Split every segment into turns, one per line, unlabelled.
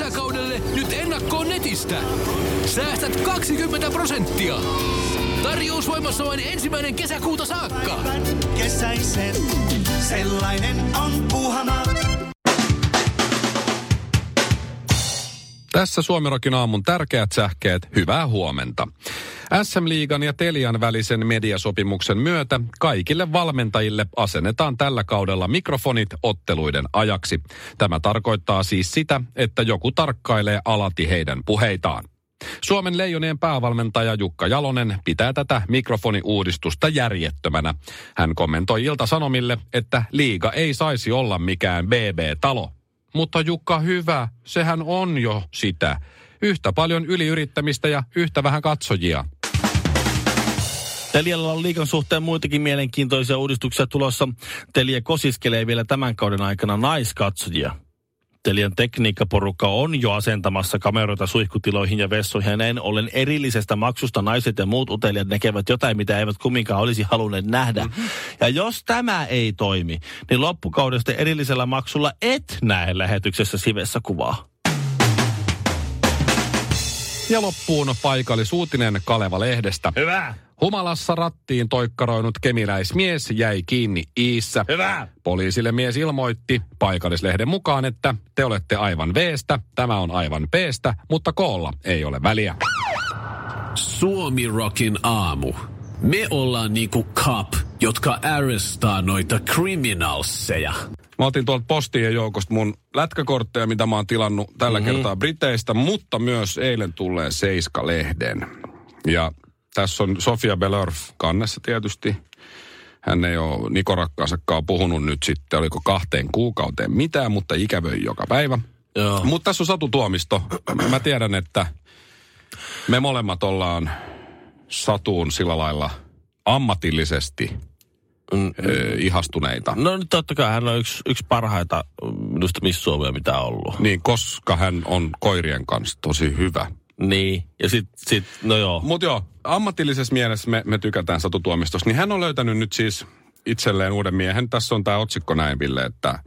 jääkaudelle nyt ennakkoon netistä. Säästät 20 prosenttia. Tarjous voimassa vain ensimmäinen kesäkuuta saakka.
kesäisen. Sellainen on puuhana.
Tässä Suomirokin aamun tärkeät sähkeet, hyvää huomenta. SM-liigan ja Telian välisen mediasopimuksen myötä kaikille valmentajille asennetaan tällä kaudella mikrofonit otteluiden ajaksi. Tämä tarkoittaa siis sitä, että joku tarkkailee alati heidän puheitaan. Suomen leijonien päävalmentaja Jukka Jalonen pitää tätä mikrofoniuudistusta järjettömänä. Hän kommentoi Ilta-Sanomille, että liiga ei saisi olla mikään BB-talo. Mutta Jukka, hyvä, sehän on jo sitä. Yhtä paljon yliyrittämistä ja yhtä vähän katsojia.
Telialla on liikan suhteen muitakin mielenkiintoisia uudistuksia tulossa. Telia kosiskelee vielä tämän kauden aikana naiskatsojia. Telian tekniikkaporukka on jo asentamassa kameroita suihkutiloihin ja vessoihin. Ja Näin ollen erillisestä maksusta naiset ja muut utelijat näkevät jotain, mitä eivät kumminkaan olisi halunneet nähdä. Ja jos tämä ei toimi, niin loppukaudesta erillisellä maksulla et näe lähetyksessä sivessä kuvaa.
Ja loppuun paikallisuutinen Kaleva-lehdestä.
Hyvä!
Humalassa rattiin toikkaroinut kemiläismies jäi kiinni iissä.
Hyvä!
Poliisille mies ilmoitti paikallislehden mukaan, että te olette aivan veestä, tämä on aivan peestä, mutta koolla ei ole väliä.
Suomi Rockin aamu. Me ollaan niinku cup, jotka arrestaa noita criminalseja.
Mä otin tuolta postien joukosta mun lätkäkortteja, mitä mä oon tilannut tällä mm-hmm. kertaa Briteistä, mutta myös eilen tulleen Seiska-lehden. Ja tässä on Sofia Belörf kannessa tietysti. Hän ei ole Niko Rakkaansakaan puhunut nyt sitten, oliko kahteen kuukauteen mitään, mutta ikävöi joka päivä.
Joo.
Mutta tässä on Satu Tuomisto. Mä tiedän, että me molemmat ollaan Satuun sillä lailla ammatillisesti mm. ö, ihastuneita.
No nyt totta kai hän on yksi, yksi parhaita mm, minusta Miss Suomea mitä on ollut.
Niin, koska hän on koirien kanssa tosi hyvä.
Niin. Ja sit, sit no joo.
Mutta joo, ammatillisessa mielessä me, me tykätään Satu Tuomistosta. Niin hän on löytänyt nyt siis itselleen uuden miehen. Tässä on tämä otsikko näin, Ville, että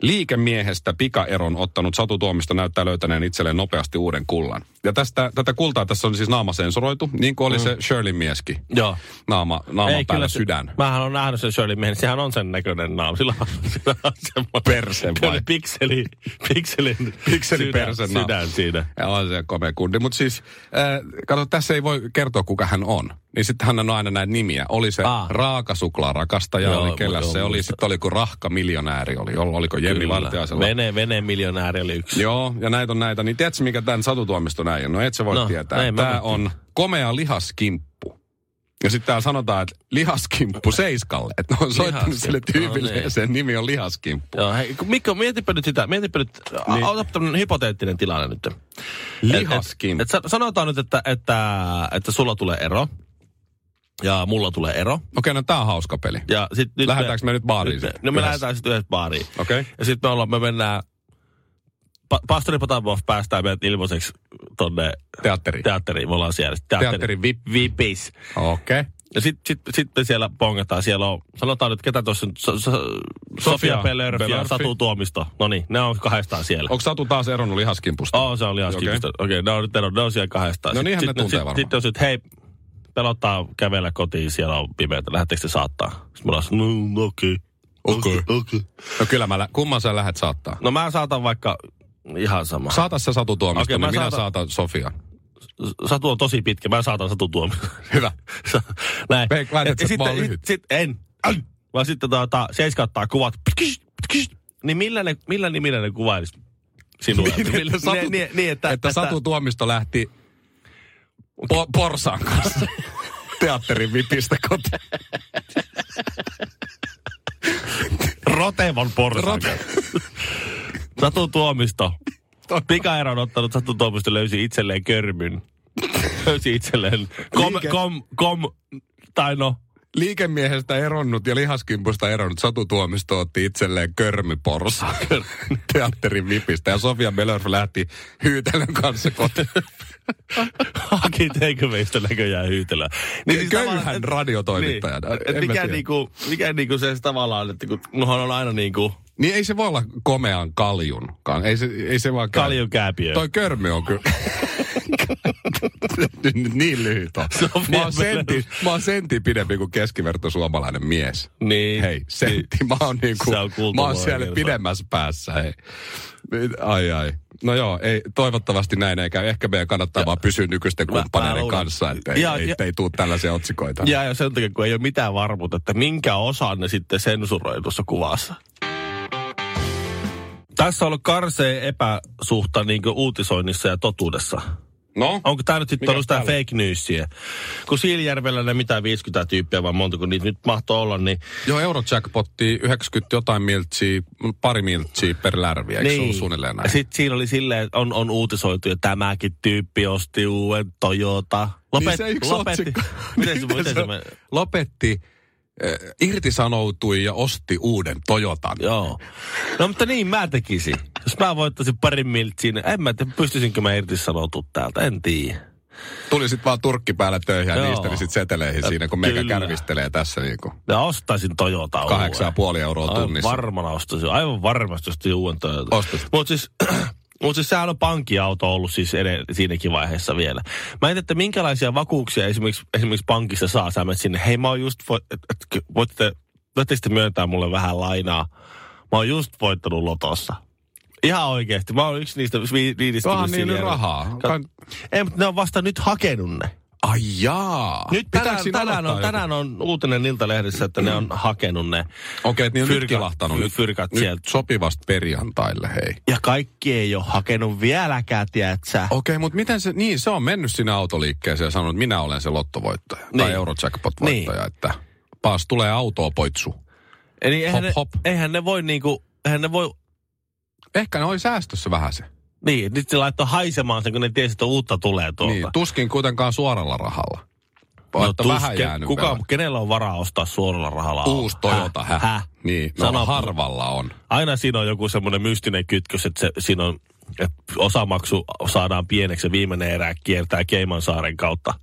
liikemiehestä pikaeron ottanut Satu Tuomisto näyttää löytäneen itselleen nopeasti uuden kullan. Ja tästä, tätä kultaa tässä on siis naama sensoroitu, niin kuin oli mm. se Shirley mieskin.
Joo.
Naama, naaman päällä
se-
sydän.
Mähän on nähnyt sen Shirley Miehen, sehän on sen näköinen naama. Sillä on, sillä on semmoinen
Perse vai?
pieni pikseli, pikselin,
Pikseli
sydän,
persen naama.
sydän siinä.
Ja on se komea kundi. Mutta siis, äh, kato, tässä ei voi kertoa, kuka hän on. Niin sitten hän on aina näitä nimiä. Oli se
Aa.
raakasuklaa rakastaja,
Joo,
oli
mut
kellä
joo,
se oli.
muista.
Sitten oliko rahka miljonääri, oli, oli- oliko Jenni Vartiaisella.
Vene, vene miljonääri oli yksi.
Joo, ja näitä on näitä. Niin tiedätkö, mikä tämän satutuomiston äijä? on? No et sä voi
No,
tietää.
näin mä
Tämä
nyt
on komea lihaskimppu. Ja sitten täällä sanotaan, että lihaskimppu Seiskalle. Että ne on soittanut sille
Lihaskimppu,
tyypille
no
ja
niin.
sen nimi on lihaskimppu.
Joo, hei, kun Mikko, mietipä nyt sitä, mietipä nyt,
Niin.
niin. ota tämmönen hypoteettinen tilanne nyt.
Lihaskimppu.
Et, et, et, sanotaan nyt, että, että, että sulla tulee ero, ja mulla tulee ero,
Okei, no tää on hauska peli.
ja sit nyt
Lähdetäänkö me nyt baariin
nyt
sitten
No me
yhdessä?
lähdetään sitten yhdessä baariin.
Okei.
Ja sitten me, ollaan, me mennään, pa, pastori Potapov päästää meidät ilmaiseksi tonne
Teatteri.
teatteriin. Me ollaan siellä.
Teatterin vip-
vipis.
Okei.
Ja sitten sit, sit me siellä pongataan. Siellä on, sanotaan nyt, ketä tuossa nyt, so, so,
Sofia
Sofia Pelörf ja
Belörfi.
Satu Tuomisto. No niin, ne on kahdestaan siellä.
Onko Satu taas eronnut lihaskimpusta?
Oh, se oli ihan
Okei.
okay. Okei, okay, ne on nyt ero, ne on siellä kahdestaan.
No niinhän ne
sit,
tuntee
sit,
varmaan.
Sitten jos nyt, hei, pelottaa kävellä kotiin, siellä on pimeätä, lähettekö te saattaa? Sitten mulla on, no okei.
Okei.
okei.
No kyllä mä lä- kumman sä lähet saattaa?
No mä saatan vaikka ihan sama. Sa-
Saata se Satu Tuomisto,
Okei,
niin
mä
minä
saatan-
saatan Sofia.
Satu on tosi pitkä, mä saatan Satu tuomioon.
Hyvä.
Sa- Näin.
Veik- väität,
Ja
että mä oon
sit-
lyhyt.
sit- en. Äl! Vaan sitten tota, seiska ottaa kuvat. Ptkis, ptkis. Niin millä, ne, millä nimillä ne kuvailisi sinua?
Että Satu,
niin, niin, että,
että Satu Tuomisto lähti po- Porsan kanssa teatterin vipistä kotiin.
Rotevan porsan. Satu Tuomisto. Pikaero on ottanut Satu Tuomisto löysi itselleen körmyn. löysi itselleen kom,
Liike.
kom, kom, tai no,
Liikemiehestä eronnut ja lihaskimpusta eronnut Satu Tuomisto otti itselleen körmyporsa teatterin vipistä. Ja Sofia Belörf lähti hyytelön kanssa kotiin.
haki takeawaysta näköjään hyytelöä.
Niin Köyhän
tavallaan, et-
radiotoimittajana.
Niin,
En
et
mä
mikä,
tiedä.
niinku, mikä niinku se sitten tavallaan, että kun nohan on aina niinku
Niin ei se voi olla komean kaljun. kan- Ei se, ei se vaan käy.
Kaljukääpiö.
Toi körmy on kyllä. Nyt niin lyhyt on.
on
mä, oon
vielä-
sentin, mä oon sentin pidempi kuin keskiverto suomalainen mies.
Niin.
Hei, sentti. Mä oon, niinku,
Se on kultavuoren
mä oon siellä
virta.
pidemmässä päässä. Hei. Ai ai. No joo, ei, toivottavasti näin ei käy. Ehkä meidän kannattaa vaan pysyä nykyisten
mä
kumppaneiden
luulen.
kanssa, että ei,
Ja-
ei,
ja-
ei tuu tällaisia otsikoita.
Ja, ja sen takia, kun ei ole mitään varmuutta, että minkä osan ne sitten sensuroi tuossa kuvassa. Tässä on ollut karsee epäsuhta niin uutisoinnissa ja totuudessa.
No,
Onko tämä nyt sitten
Mikä
ollut sitä
täällä?
fake newsia? Kun Siilijärvellä ne mitään 50 tyyppiä, vai montako niitä nyt mahtoo olla, niin
joo, Eurojackpotti 90 jotain miltsiä, pari miltsiä per lärvi, eikö niin. suunnilleen näin?
Sitten siinä oli silleen, että on, on uutisoitu, ja tämäkin tyyppi osti uuden Toyota. Lopet,
niin se yksi
lopetti.
otsikko. Niin
Miten se, miten se,
on?
se
Lopetti, eh, irtisanoutui ja osti uuden Toyotan.
Joo. No mutta niin mä tekisin. Jos mä voittaisin parin miltsiin, niin en mä tiedä, pystyisinkö mä irtisanoutumaan täältä, en tiedä.
Tuli sitten vaan turkki päällä töihin ja
Joo.
niistä niin sit seteleihin
Ja
siinä, kun meikä
kyllä.
kärvistelee tässä niin kuin
Ja ostaisin Toyota
kahdeksan ja puoli euroa tunnissa.
Aivan varmana ostaisin, aivan varmasti ostaisin uuden Toyota.
Ostaisit.
Mutta siis, mut siis sehän on pankkiauto ollut siis ed- siinäkin vaiheessa vielä. Mä en tiedä, että minkälaisia vakuuksia esimerkiksi, esimerkiksi pankissa saa. Sä menet sinne, hei mä oon just, vo- et, et, ky- voitte, voitte sitten myöntää mulle vähän lainaa. Mä oon just voittanut lotossa. Ihan oikeasti. Mä oon yksi niistä vi- viidestä.
Onhan
missä
niillä
siellä-
rahaa.
Ka-
Kan-
Ei, mutta ne on vasta nyt hakenut ne.
Ai jaa. Ah,
Nyt
Pitääkö
tänään,
siinä
tänään,
aloittaa
on,
joku? Mm.
tänään on uutinen Iltalehdessä, että ne on hakenut ne.
Okei, okay, niin on nyt
fyrkat-
kilahtanut. Nyt,
Fyrkat
nyt
sieltä.
sopivasti perjantaille, hei.
Ja kaikki ei ole hakenut vieläkään, tiedätkö?
Okei, okay, mutta miten se, niin se on mennyt sinne autoliikkeeseen ja sanonut, että minä olen se lottovoittaja niin. tai
Niin.
Eurojackpot-voittaja, niin. että paas tulee autoa poitsu.
Eli eihän,
Hop,
ne,
hop.
eihän ne voi niinku, eihän ne voi,
Ehkä ne oli säästössä vähän se.
niin, nyt se laittoi haisemaan sen, kun ne tiesi, että uutta tulee tuolta. No,
Niin, tuskin kuitenkaan suoralla rahalla. Vaan että vähän jäänyt
kuka,
vielä.
kenellä on varaa ostaa suoralla rahalla?
Uusi
auto?
Toyota, hä? hä? Niin, no
Sano-
harvalla on.
Aina siinä on joku semmoinen mystinen kytkös, että se, siinä on, että osamaksu saadaan pieneksi ja viimeinen erä kiertää Keimansaaren kautta.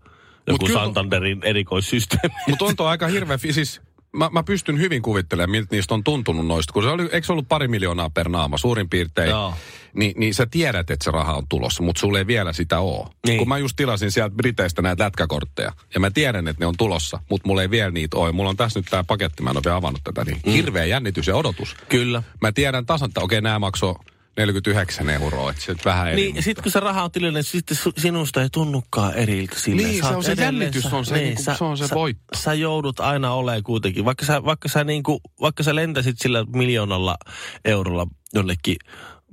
Joku
kyllä-
Santanderin erikoissysteemi.
Mutta on tuo aika hirveä, fi- siis mä, mä pystyn hyvin kuvittelemaan, miltä niistä on tuntunut noista. Kun se oli, eikö se ollut pari miljoonaa per naama suurin piirtein?
Joo.
Niin, niin sä tiedät, että se raha on tulossa, mutta sulle ei vielä sitä oo.
Niin.
Kun mä just tilasin sieltä Briteistä näitä lätkäkortteja, ja mä tiedän, että ne on tulossa, mutta mulla ei vielä niitä ole. Mulla on tässä nyt tämä paketti, mä en ole vielä avannut tätä,
Mm.
niin hirveä jännitys ja odotus.
Kyllä.
Mä tiedän tasan, että okei, nämä maksoi 49 euroa, että se nyt vähän eri.
Niin, sit kun se raha on tilille, niin sitten su- sinusta ei tunnukaan eriltä. Silleen,
Niin, se
sä oot
on se
edelleen-
jännitys,
sä-
on se niinku- se on se
sä,
voitto.
Sä joudut aina olemaan kuitenkin, vaikka sä, vaikka sä, niinku, vaikka sä lentäisit sillä miljoonalla eurolla jollekin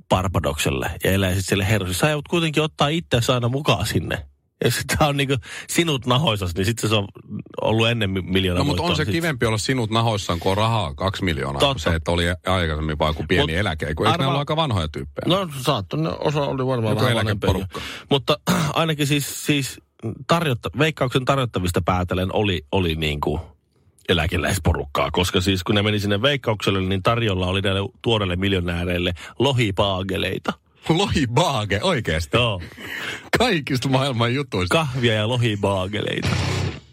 Barbadokselle ja eläisit siellä herrosissa, sä joudut kuitenkin ottaa itsesi aina mukaan sinne. Ja sit tää on niinku sinut nahoisas, niin sitten se on ollut ennen mi- miljoona
No mutta on se
voittoa. Sit-
kivempi olla sinut nahoissaan, kun on rahaa kaksi miljoonaa, kuin
Totta.
se, että oli aikaisemmin vaan kuin pieni
Mut
Mut eläke. Kun eikö
arvaa-
nämä ollut aika vanhoja tyyppejä?
No saattu, ne osa oli varmaan
Joku
vähän vanhempia.
eläkeporukka.
Mutta ainakin siis, siis tarjotta, veikkauksen tarjottavista päätellen oli, oli niin kuin eläkeläisporukkaa, koska siis kun ne meni sinne veikkaukselle, niin tarjolla oli näille tuoreille miljonääreille lohipaageleita.
Lohibaage, oikeasti.
Joo,
Kaikista maailman jutuista.
kahvia ja lohipaageleita.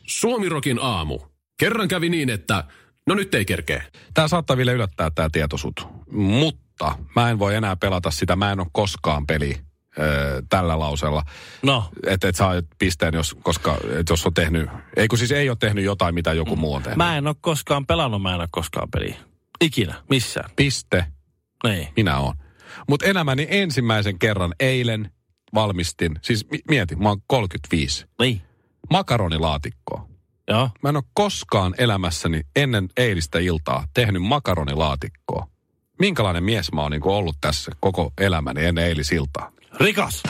Suomirokin aamu. Kerran kävi niin, että no nyt ei kerkeä.
Tämä saattaa vielä yllättää tämä tietosut. Mutta mä en voi enää pelata sitä, mä en ole koskaan peli öö, tällä lausella.
No,
Että et saa pisteen, jos, koska, et jos on tehnyt, ei kun siis ei ole tehnyt jotain, mitä joku muu on tehnyt.
Mm. mä en ole koskaan pelannut, mä en ole koskaan peliä. Ikinä, missään.
Piste,
Niin.
minä oon. Mutta elämäni ensimmäisen kerran eilen valmistin, siis mi- mieti, mä oon 35,
Niin.
makaronilaatikkoa.
Joo.
Mä en ole koskaan elämässäni ennen eilistä iltaa tehnyt makaronilaatikkoa. Minkälainen mies mä oon niin ollut tässä koko elämäni ennen eilisiltaa?
Rikas!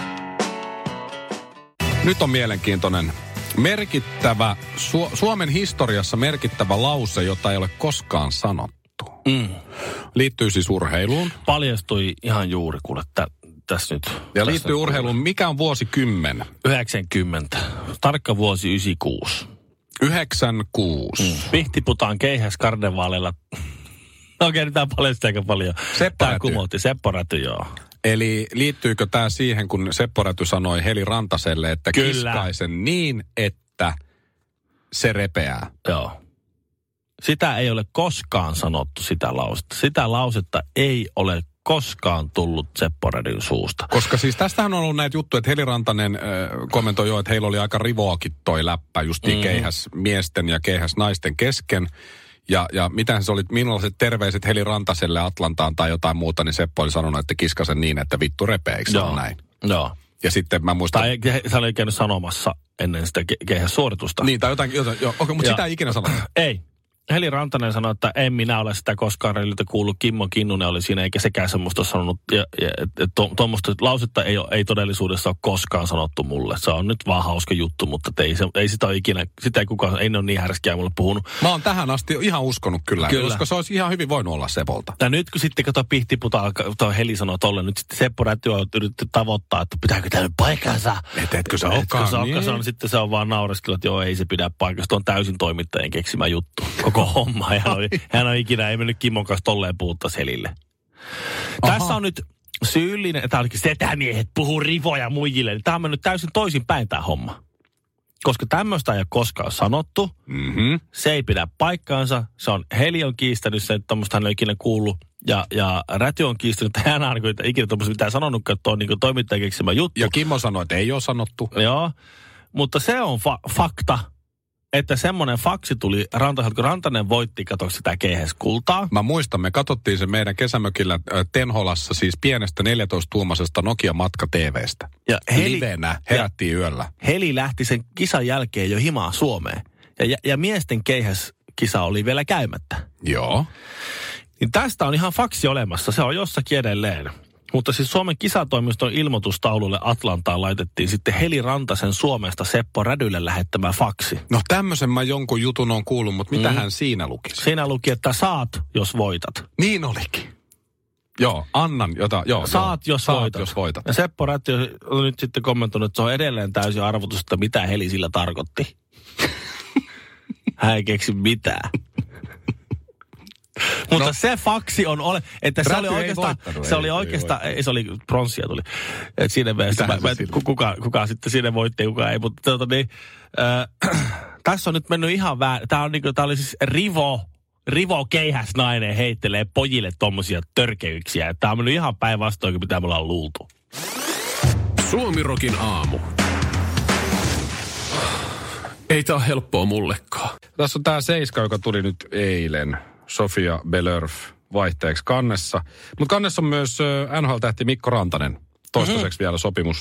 Nyt on mielenkiintoinen merkittävä, Su- Suomen historiassa merkittävä lause, jota ei ole koskaan sanottu.
Mm.
Liittyy siis urheiluun.
Paljastui ihan juuri, kuule, tä, tässä nyt.
Ja
tässä
liittyy
nyt.
urheiluun, mikä on vuosikymmen?
90. Tarkka vuosi 96.
96. Mm.
Pihtiputaan keihäs karnevaaleilla. No Okei, nyt tää paljasti aika paljon.
Seppo
Tää
Räty.
kumotti. Seppo Räty, joo.
Eli liittyykö tämä siihen, kun Seppo Räty sanoi Heli Rantaselle, että
Kyllä.
kiskaisen niin, että se repeää?
joo. Sitä ei ole koskaan sanottu sitä lausetta. Sitä lausetta ei ole koskaan tullut Seppo Redin suusta.
Koska siis tästähän on ollut näitä juttuja, että Heli Rantanen äh, kommentoi jo, että heillä oli aika rivoakin toi läppä justiin mm. keihäs miesten ja keihäs naisten kesken. Ja, ja mitähän se oli, millaiset terveiset Heli Rantaselle Atlantaan tai jotain muuta, niin Seppo oli sanonut, että kiskasen niin, että vittu repeeksi on näin.
Joo.
Ja sitten mä muistan...
Tai he- hän oli käynyt sanomassa ennen sitä ke- keihän suoritusta.
Niin, tai jotain, jotain joo, okay, mutta
Ja-
sitä ei ikinä sanonut.
Ei. Heli Rantanen sanoi, että en minä ole sitä koskaan reliltä kuullut. Kimmo Kinnunen oli siinä, eikä sekään semmoista sanonut. Ja, ja, et- to, tuommoista lausetta ei, ole, ei todellisuudessa ole koskaan sanottu mulle. Se on nyt vaan hauska juttu, mutta et ei, se, ei sitä ole ikinä, sitä ei kukaan, ei ne ole niin härskiä mulle puhunut.
Mä oon tähän asti ihan uskonut kyllä,
Kyllä.
kyllä. koska se olisi ihan hyvin voinut olla Sepolta.
Ja nyt kun sitten kato pihtiputa, alkaa- tuo Heli sanoi tolle, nyt sitten Seppo Räty on yritetty tavoittaa, että pitääkö tämä nyt paikkansa.
Et etkö sä
Etkö
olekaan?
se olekaan?
Niin.
Se on, sitten se on vaan naureskelu, että joo, ei se pidä paikasta. on täysin toimittajien keksimä juttu. Koko homma. Hän on, hän on ikinä, ei mennyt Kimon kanssa tolleen puutta selille. Tässä on nyt syyllinen, tämä olikin setämiehet puhuu rivoja muijille. Niin Tämä on mennyt täysin toisin päin tämä homma. Koska tämmöistä ei ole koskaan sanottu.
Mm-hmm.
Se ei pidä paikkaansa. Se on, Heli on kiistänyt sen, että tuommoista hän ei ole ikinä kuullut. Ja, ja Räty on kiistänyt, että hän on niin kuin, että ikinä tuommoista mitään sanonutkaan, että on niin toimittajan keksimä juttu.
Ja Kimmo sanoi, että ei ole sanottu.
Joo, mutta se on fa- fakta, että semmoinen faksi tuli Rantaselta, kun Rantanen voitti, kato sitä keihäs kultaa.
Mä muistan, me katsottiin se meidän kesämökillä ö, Tenholassa, siis pienestä 14-tuumaisesta Nokia Matka TVstä.
Ja Heli,
Livenä herättiin yöllä.
Heli lähti sen kisan jälkeen jo himaa Suomeen. Ja, ja, ja miesten keihäs kisa oli vielä käymättä.
Joo.
Niin tästä on ihan faksi olemassa, se on jossakin edelleen. Mutta siis Suomen kisatoimiston ilmoitustaululle Atlantaan laitettiin sitten Heli Rantasen Suomesta Seppo Rädylle lähettämä faksi.
No tämmöisen mä jonkun jutun on kuullut, mutta
Mm.
mitähän siinä lukisi?
Siinä luki, että saat, jos voitat.
Niin olikin. Joo, annan jota, joo.
Saat,
joo.
jos
Saat,
voitat.
jos voitat.
Ja Seppo Rätti on nyt sitten kommentoinut, että se on edelleen täysin arvotus, että mitä Heli sillä tarkoitti. Hän ei keksi mitään. Mutta no. se faksi on ole, että se
Räty
oli
ei
oikeastaan,
voittanut,
se
ei-
oli
ei
oikeastaan, ei, se oli pronssia tuli. Et siinä mielessä, mä,
Mitähän
mä,
se sillä-
ku- kuka, kuka sitten siinä voitti ja kuka ei, mutta tuota, niin, äh, tässä on nyt mennyt ihan väärin. Tämä on niinku, tää oli siis rivo, rivo keihäs nainen heittelee pojille tommosia törkeyksiä. Tämä on mennyt ihan päinvastoin kuin mitä me ollaan luultu.
Suomirokin aamu. Ei tää ole helppoa mullekaan.
Tässä on tämä seiska, joka tuli nyt eilen. Sofia Belörf vaihteeksi kannessa. Mutta kannessa on myös ö, NHL-tähti Mikko Rantanen. Toistaiseksi vielä sopimus.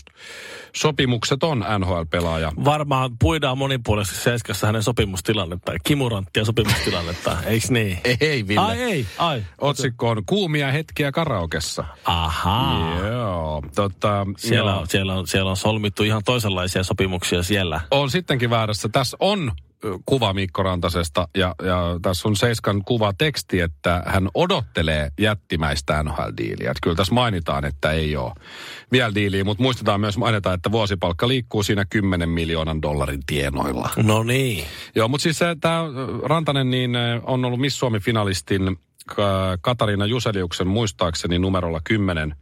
sopimukset on NHL-pelaaja.
Varmaan puidaan monipuolisesti Seiskassa hänen sopimustilannetta, kimuranttia sopimustilannetta, eiks niin?
Ei,
Ai ei, ai.
Otsikko on kuumia hetkiä karaokessa.
Ahaa.
Joo. Tota,
Ah. Siellä,
joo.
on, siellä, on, siellä on solmittu ihan toisenlaisia sopimuksia siellä.
on sittenkin väärässä. Tässä on ö, kuva Mikko Rantasesta ja, ja tässä on Seiskan kuva teksti, että hän odottelee jättimäistä NHL-diiliä. Että kyllä tässä mainitaan, että ei ole vielä diiliä, mutta muistetaan myös mainita, että vuosipalkka liikkuu siinä 10 miljoonan dollarin tienoilla.
No niin.
Joo, mutta siis tämä Rantanen niin ö, on ollut Miss Suomi-finalistin ö, Katariina Juseliuksen muistaakseni numerolla 10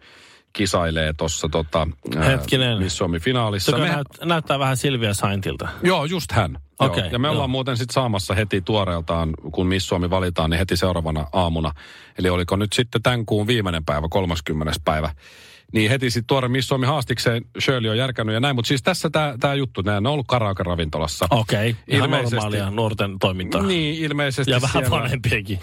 kisailee tuossa tota, ö,
Hetkinen.
Miss Suomi-finaalissa.
Joka
Mehän-
näyt, näyttää vähän Silvia Saintilta.
Joo, just hän.
Okei,
Joo. Ja me
joo.
ollaan muuten sitten saamassa heti tuoreeltaan, kun Miss Suomi valitaan, niin heti seuraavana aamuna. Eli oliko nyt sitten tämän kuun viimeinen päivä, 30. päivä. Niin heti sitten tuore Miss Suomi haastikseen Shirley on järkännyt ja näin. Mutta siis tässä tämä juttu, nämä on ollut karaoke-ravintolassa.
Okei, okay. ihan siis
Ilmeisesti.
normaalia nuorten toimintaa.
Niin, ilmeisesti
Ja vähän
siellä,
vanhempienkin.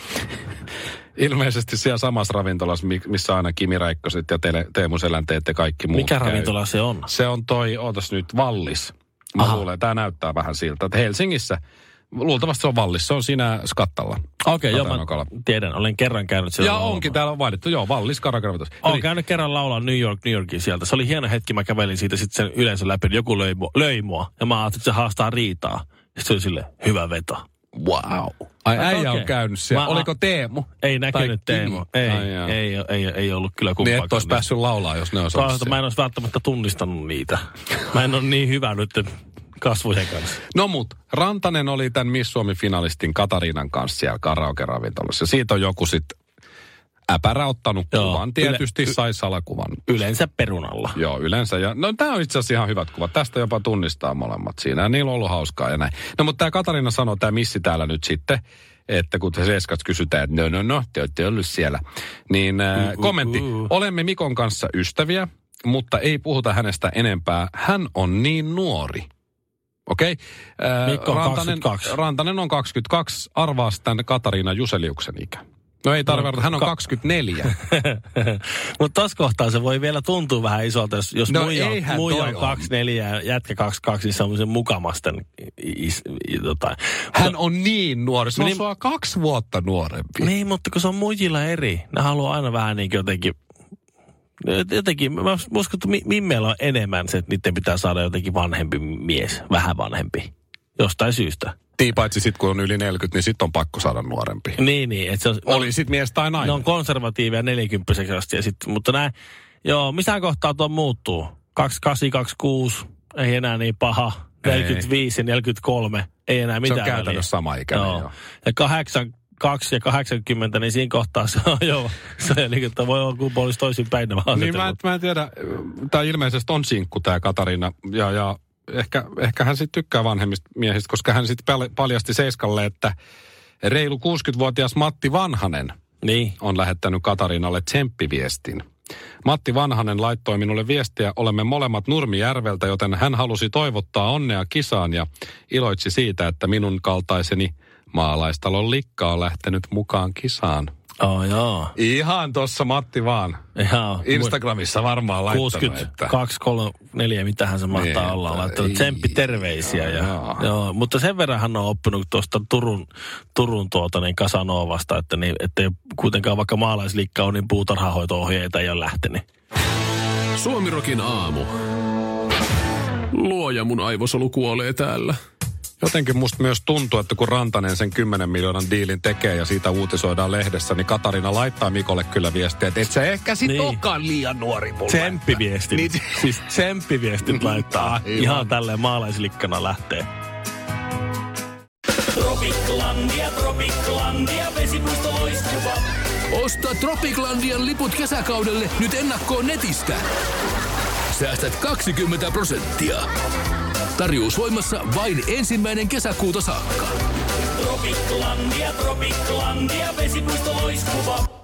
ilmeisesti siellä samassa ravintolassa, mi- missä aina Kimi Räikköset ja Tele, Teemu Selänteet ja kaikki muut
Mikä
käy.
ravintola se on?
Se on toi, ootas nyt, Vallis. Mä
Aha.
luulen, tämä näyttää vähän siltä, että Helsingissä, luultavasti se on Vallis, se on siinä Skattalla.
Okei, okay, joo,
Katanokala.
mä tiedän. Olen kerran käynyt siellä.
ja
laulamassa.
onkin, täällä on vaadittu, joo, Vallis Karakaravitos.
Olen käynyt kerran laulaa New York, New Yorkin sieltä. Se oli hieno hetki, mä kävelin siitä sitten sen yleisön läpi. niin Joku löi, mua- löi mua ja mä ajattelin, että se haastaa riitaa. Sitten se oli silleen, hyvä veto.
wow. Ai äijä
Okei.
on käynyt siellä.
Mä-
Mä, Oliko Teemu?
Ei näkynyt
Tai
Teemu.
Kimmo?
Ei,
Ai jaa.
ei, ei, ei, ollut kyllä
Niin
kumpaakaan.
et olisi päässyt laulaa, jos ne olisi ollut
Toisaalta
siellä.
mä en olisi välttämättä tunnistanut niitä. Mä en ole niin hyvä nyt kasvojen kanssa.
No mut, Rantanen oli tämän Miss Suomi-finalistin Katariinan kanssa siellä karaoke-ravintolassa. Siitä on joku sit äpärä ottanut
Joo.
kuvan. Tietysti sai salakuvan.
Yleensä perunalla.
Joo, yleensä. Ja, no tämä on itse asiassa ihan hyvät kuvat. Tästä jopa tunnistaa molemmat siinä. Ja Niillä on ollut hauskaa ja näin. No mutta tämä Katarina sanoi, tämä missi täällä nyt sitten, että kun se seskat kysytään, että no no no, te olette ollut siellä. Niin äh, kommentti, olemme Mikon kanssa ystäviä, mutta ei puhuta hänestä enempää. Hän on niin nuori. Okei. Okay.
Mikko on 22.
Rantanen on 22. Arvaa tämän Katariina Juseliuksen ikä. No ei tarvitse, hän on 24.
Mutta tässä kohtaa se voi vielä tuntua vähän isolta, jos, jos
No
no, muija,
eihän
on- muija
toi
on
on.
24 ja jätkä 22, niin semmoisen mukamasten is, i, tota.
Hän on niin nuori. Se on
Niin-
sua kaksi vuotta nuorempi.
Niin, mutta kun se on muijilla eri. Ne haluaa aina vähän niin jotenkin... eh, Jotenkin, mä uskon, että mi- mimmeillä on enemmän se, että niiden pitää saada jotenkin vanhempi mies, vähän vanhempi. Jostain syystä.
Niin paitsi sitten kun on yli 40, niin sitten on pakko saada nuorempi.
Niin, niin. Että se on,
Oli sitten mies tai
Ne
nainen.
on konservatiiveja 40 asti. Ja sit, mutta nää, joo, missään kohtaa tuo muuttuu. 28, 26, ei enää niin paha. 45 ja 43, ei enää mitään
se on käytännössä
väliä.
sama ikäinen
Joo.
joo.
Ja 82 ja 80, niin siinä kohtaa se on jo, se eli että voi olla kumpa olisi toisin päin nämä
Niin mä, en-
asetelmat.
mä en tiedä, tämä ilmeisesti on sinkku tämä Katarina ja, ja ehkä, ehkä hän sitten tykkää vanhemmista miehistä, koska hän sitten paljasti Seiskalle, että reilu 60-vuotias Matti Vanhanen
Niin,
on lähettänyt Katarinalle tsemppiviestin. Matti Vanhanen laittoi minulle viestiä, olemme molemmat Nurmijärveltä, joten hän halusi toivottaa onnea kisaan ja iloitsi siitä, että minun kaltaiseni maalaistalon likka on lähtenyt mukaan kisaan.
oh, joo,
Ihan tossa Matti vaan.
joo.
Instagramissa varmaan laittanut,
60,
että...
234, mitähän se mahtaa
Niin,
olla.
että
Laittanut
ei.
tsemppi terveisiä. Ja,
Joo.
joo. mutta sen verran hän on oppinut tuosta Turun, Turun tuota, niin Kasanovasta, että niin, ettei kuitenkaan vaikka maalaisliikka on, niin puutarhahoito-ohjeita ei ole lähtenyt.
Suomirokin aamu. Luoja mun aivosolu kuolee täällä.
Jotenkin musta myös tuntuu, että kun Rantanen sen 10 miljoonan diilin tekee ja siitä uutisoidaan lehdessä, niin Katarina laittaa Mikolle kyllä viestiä, että et sä ehkä sit
Niin.
niin. olekaan liian nuori mulle. Niin,
Tsemppiviestit. Niin. Siis tsemppiviestit laittaa.
Aivan.
Ihan tälleen maalaislikkana lähtee.
Osta Tropiclandian liput kesäkaudelle nyt ennakkoon netistä. Säästät 20 prosenttia. Tarjous voimassa vain ensimmäinen kesäkuuta saakka.
Tropiklandia, Tropiklandia, vesipuisto loiskuva.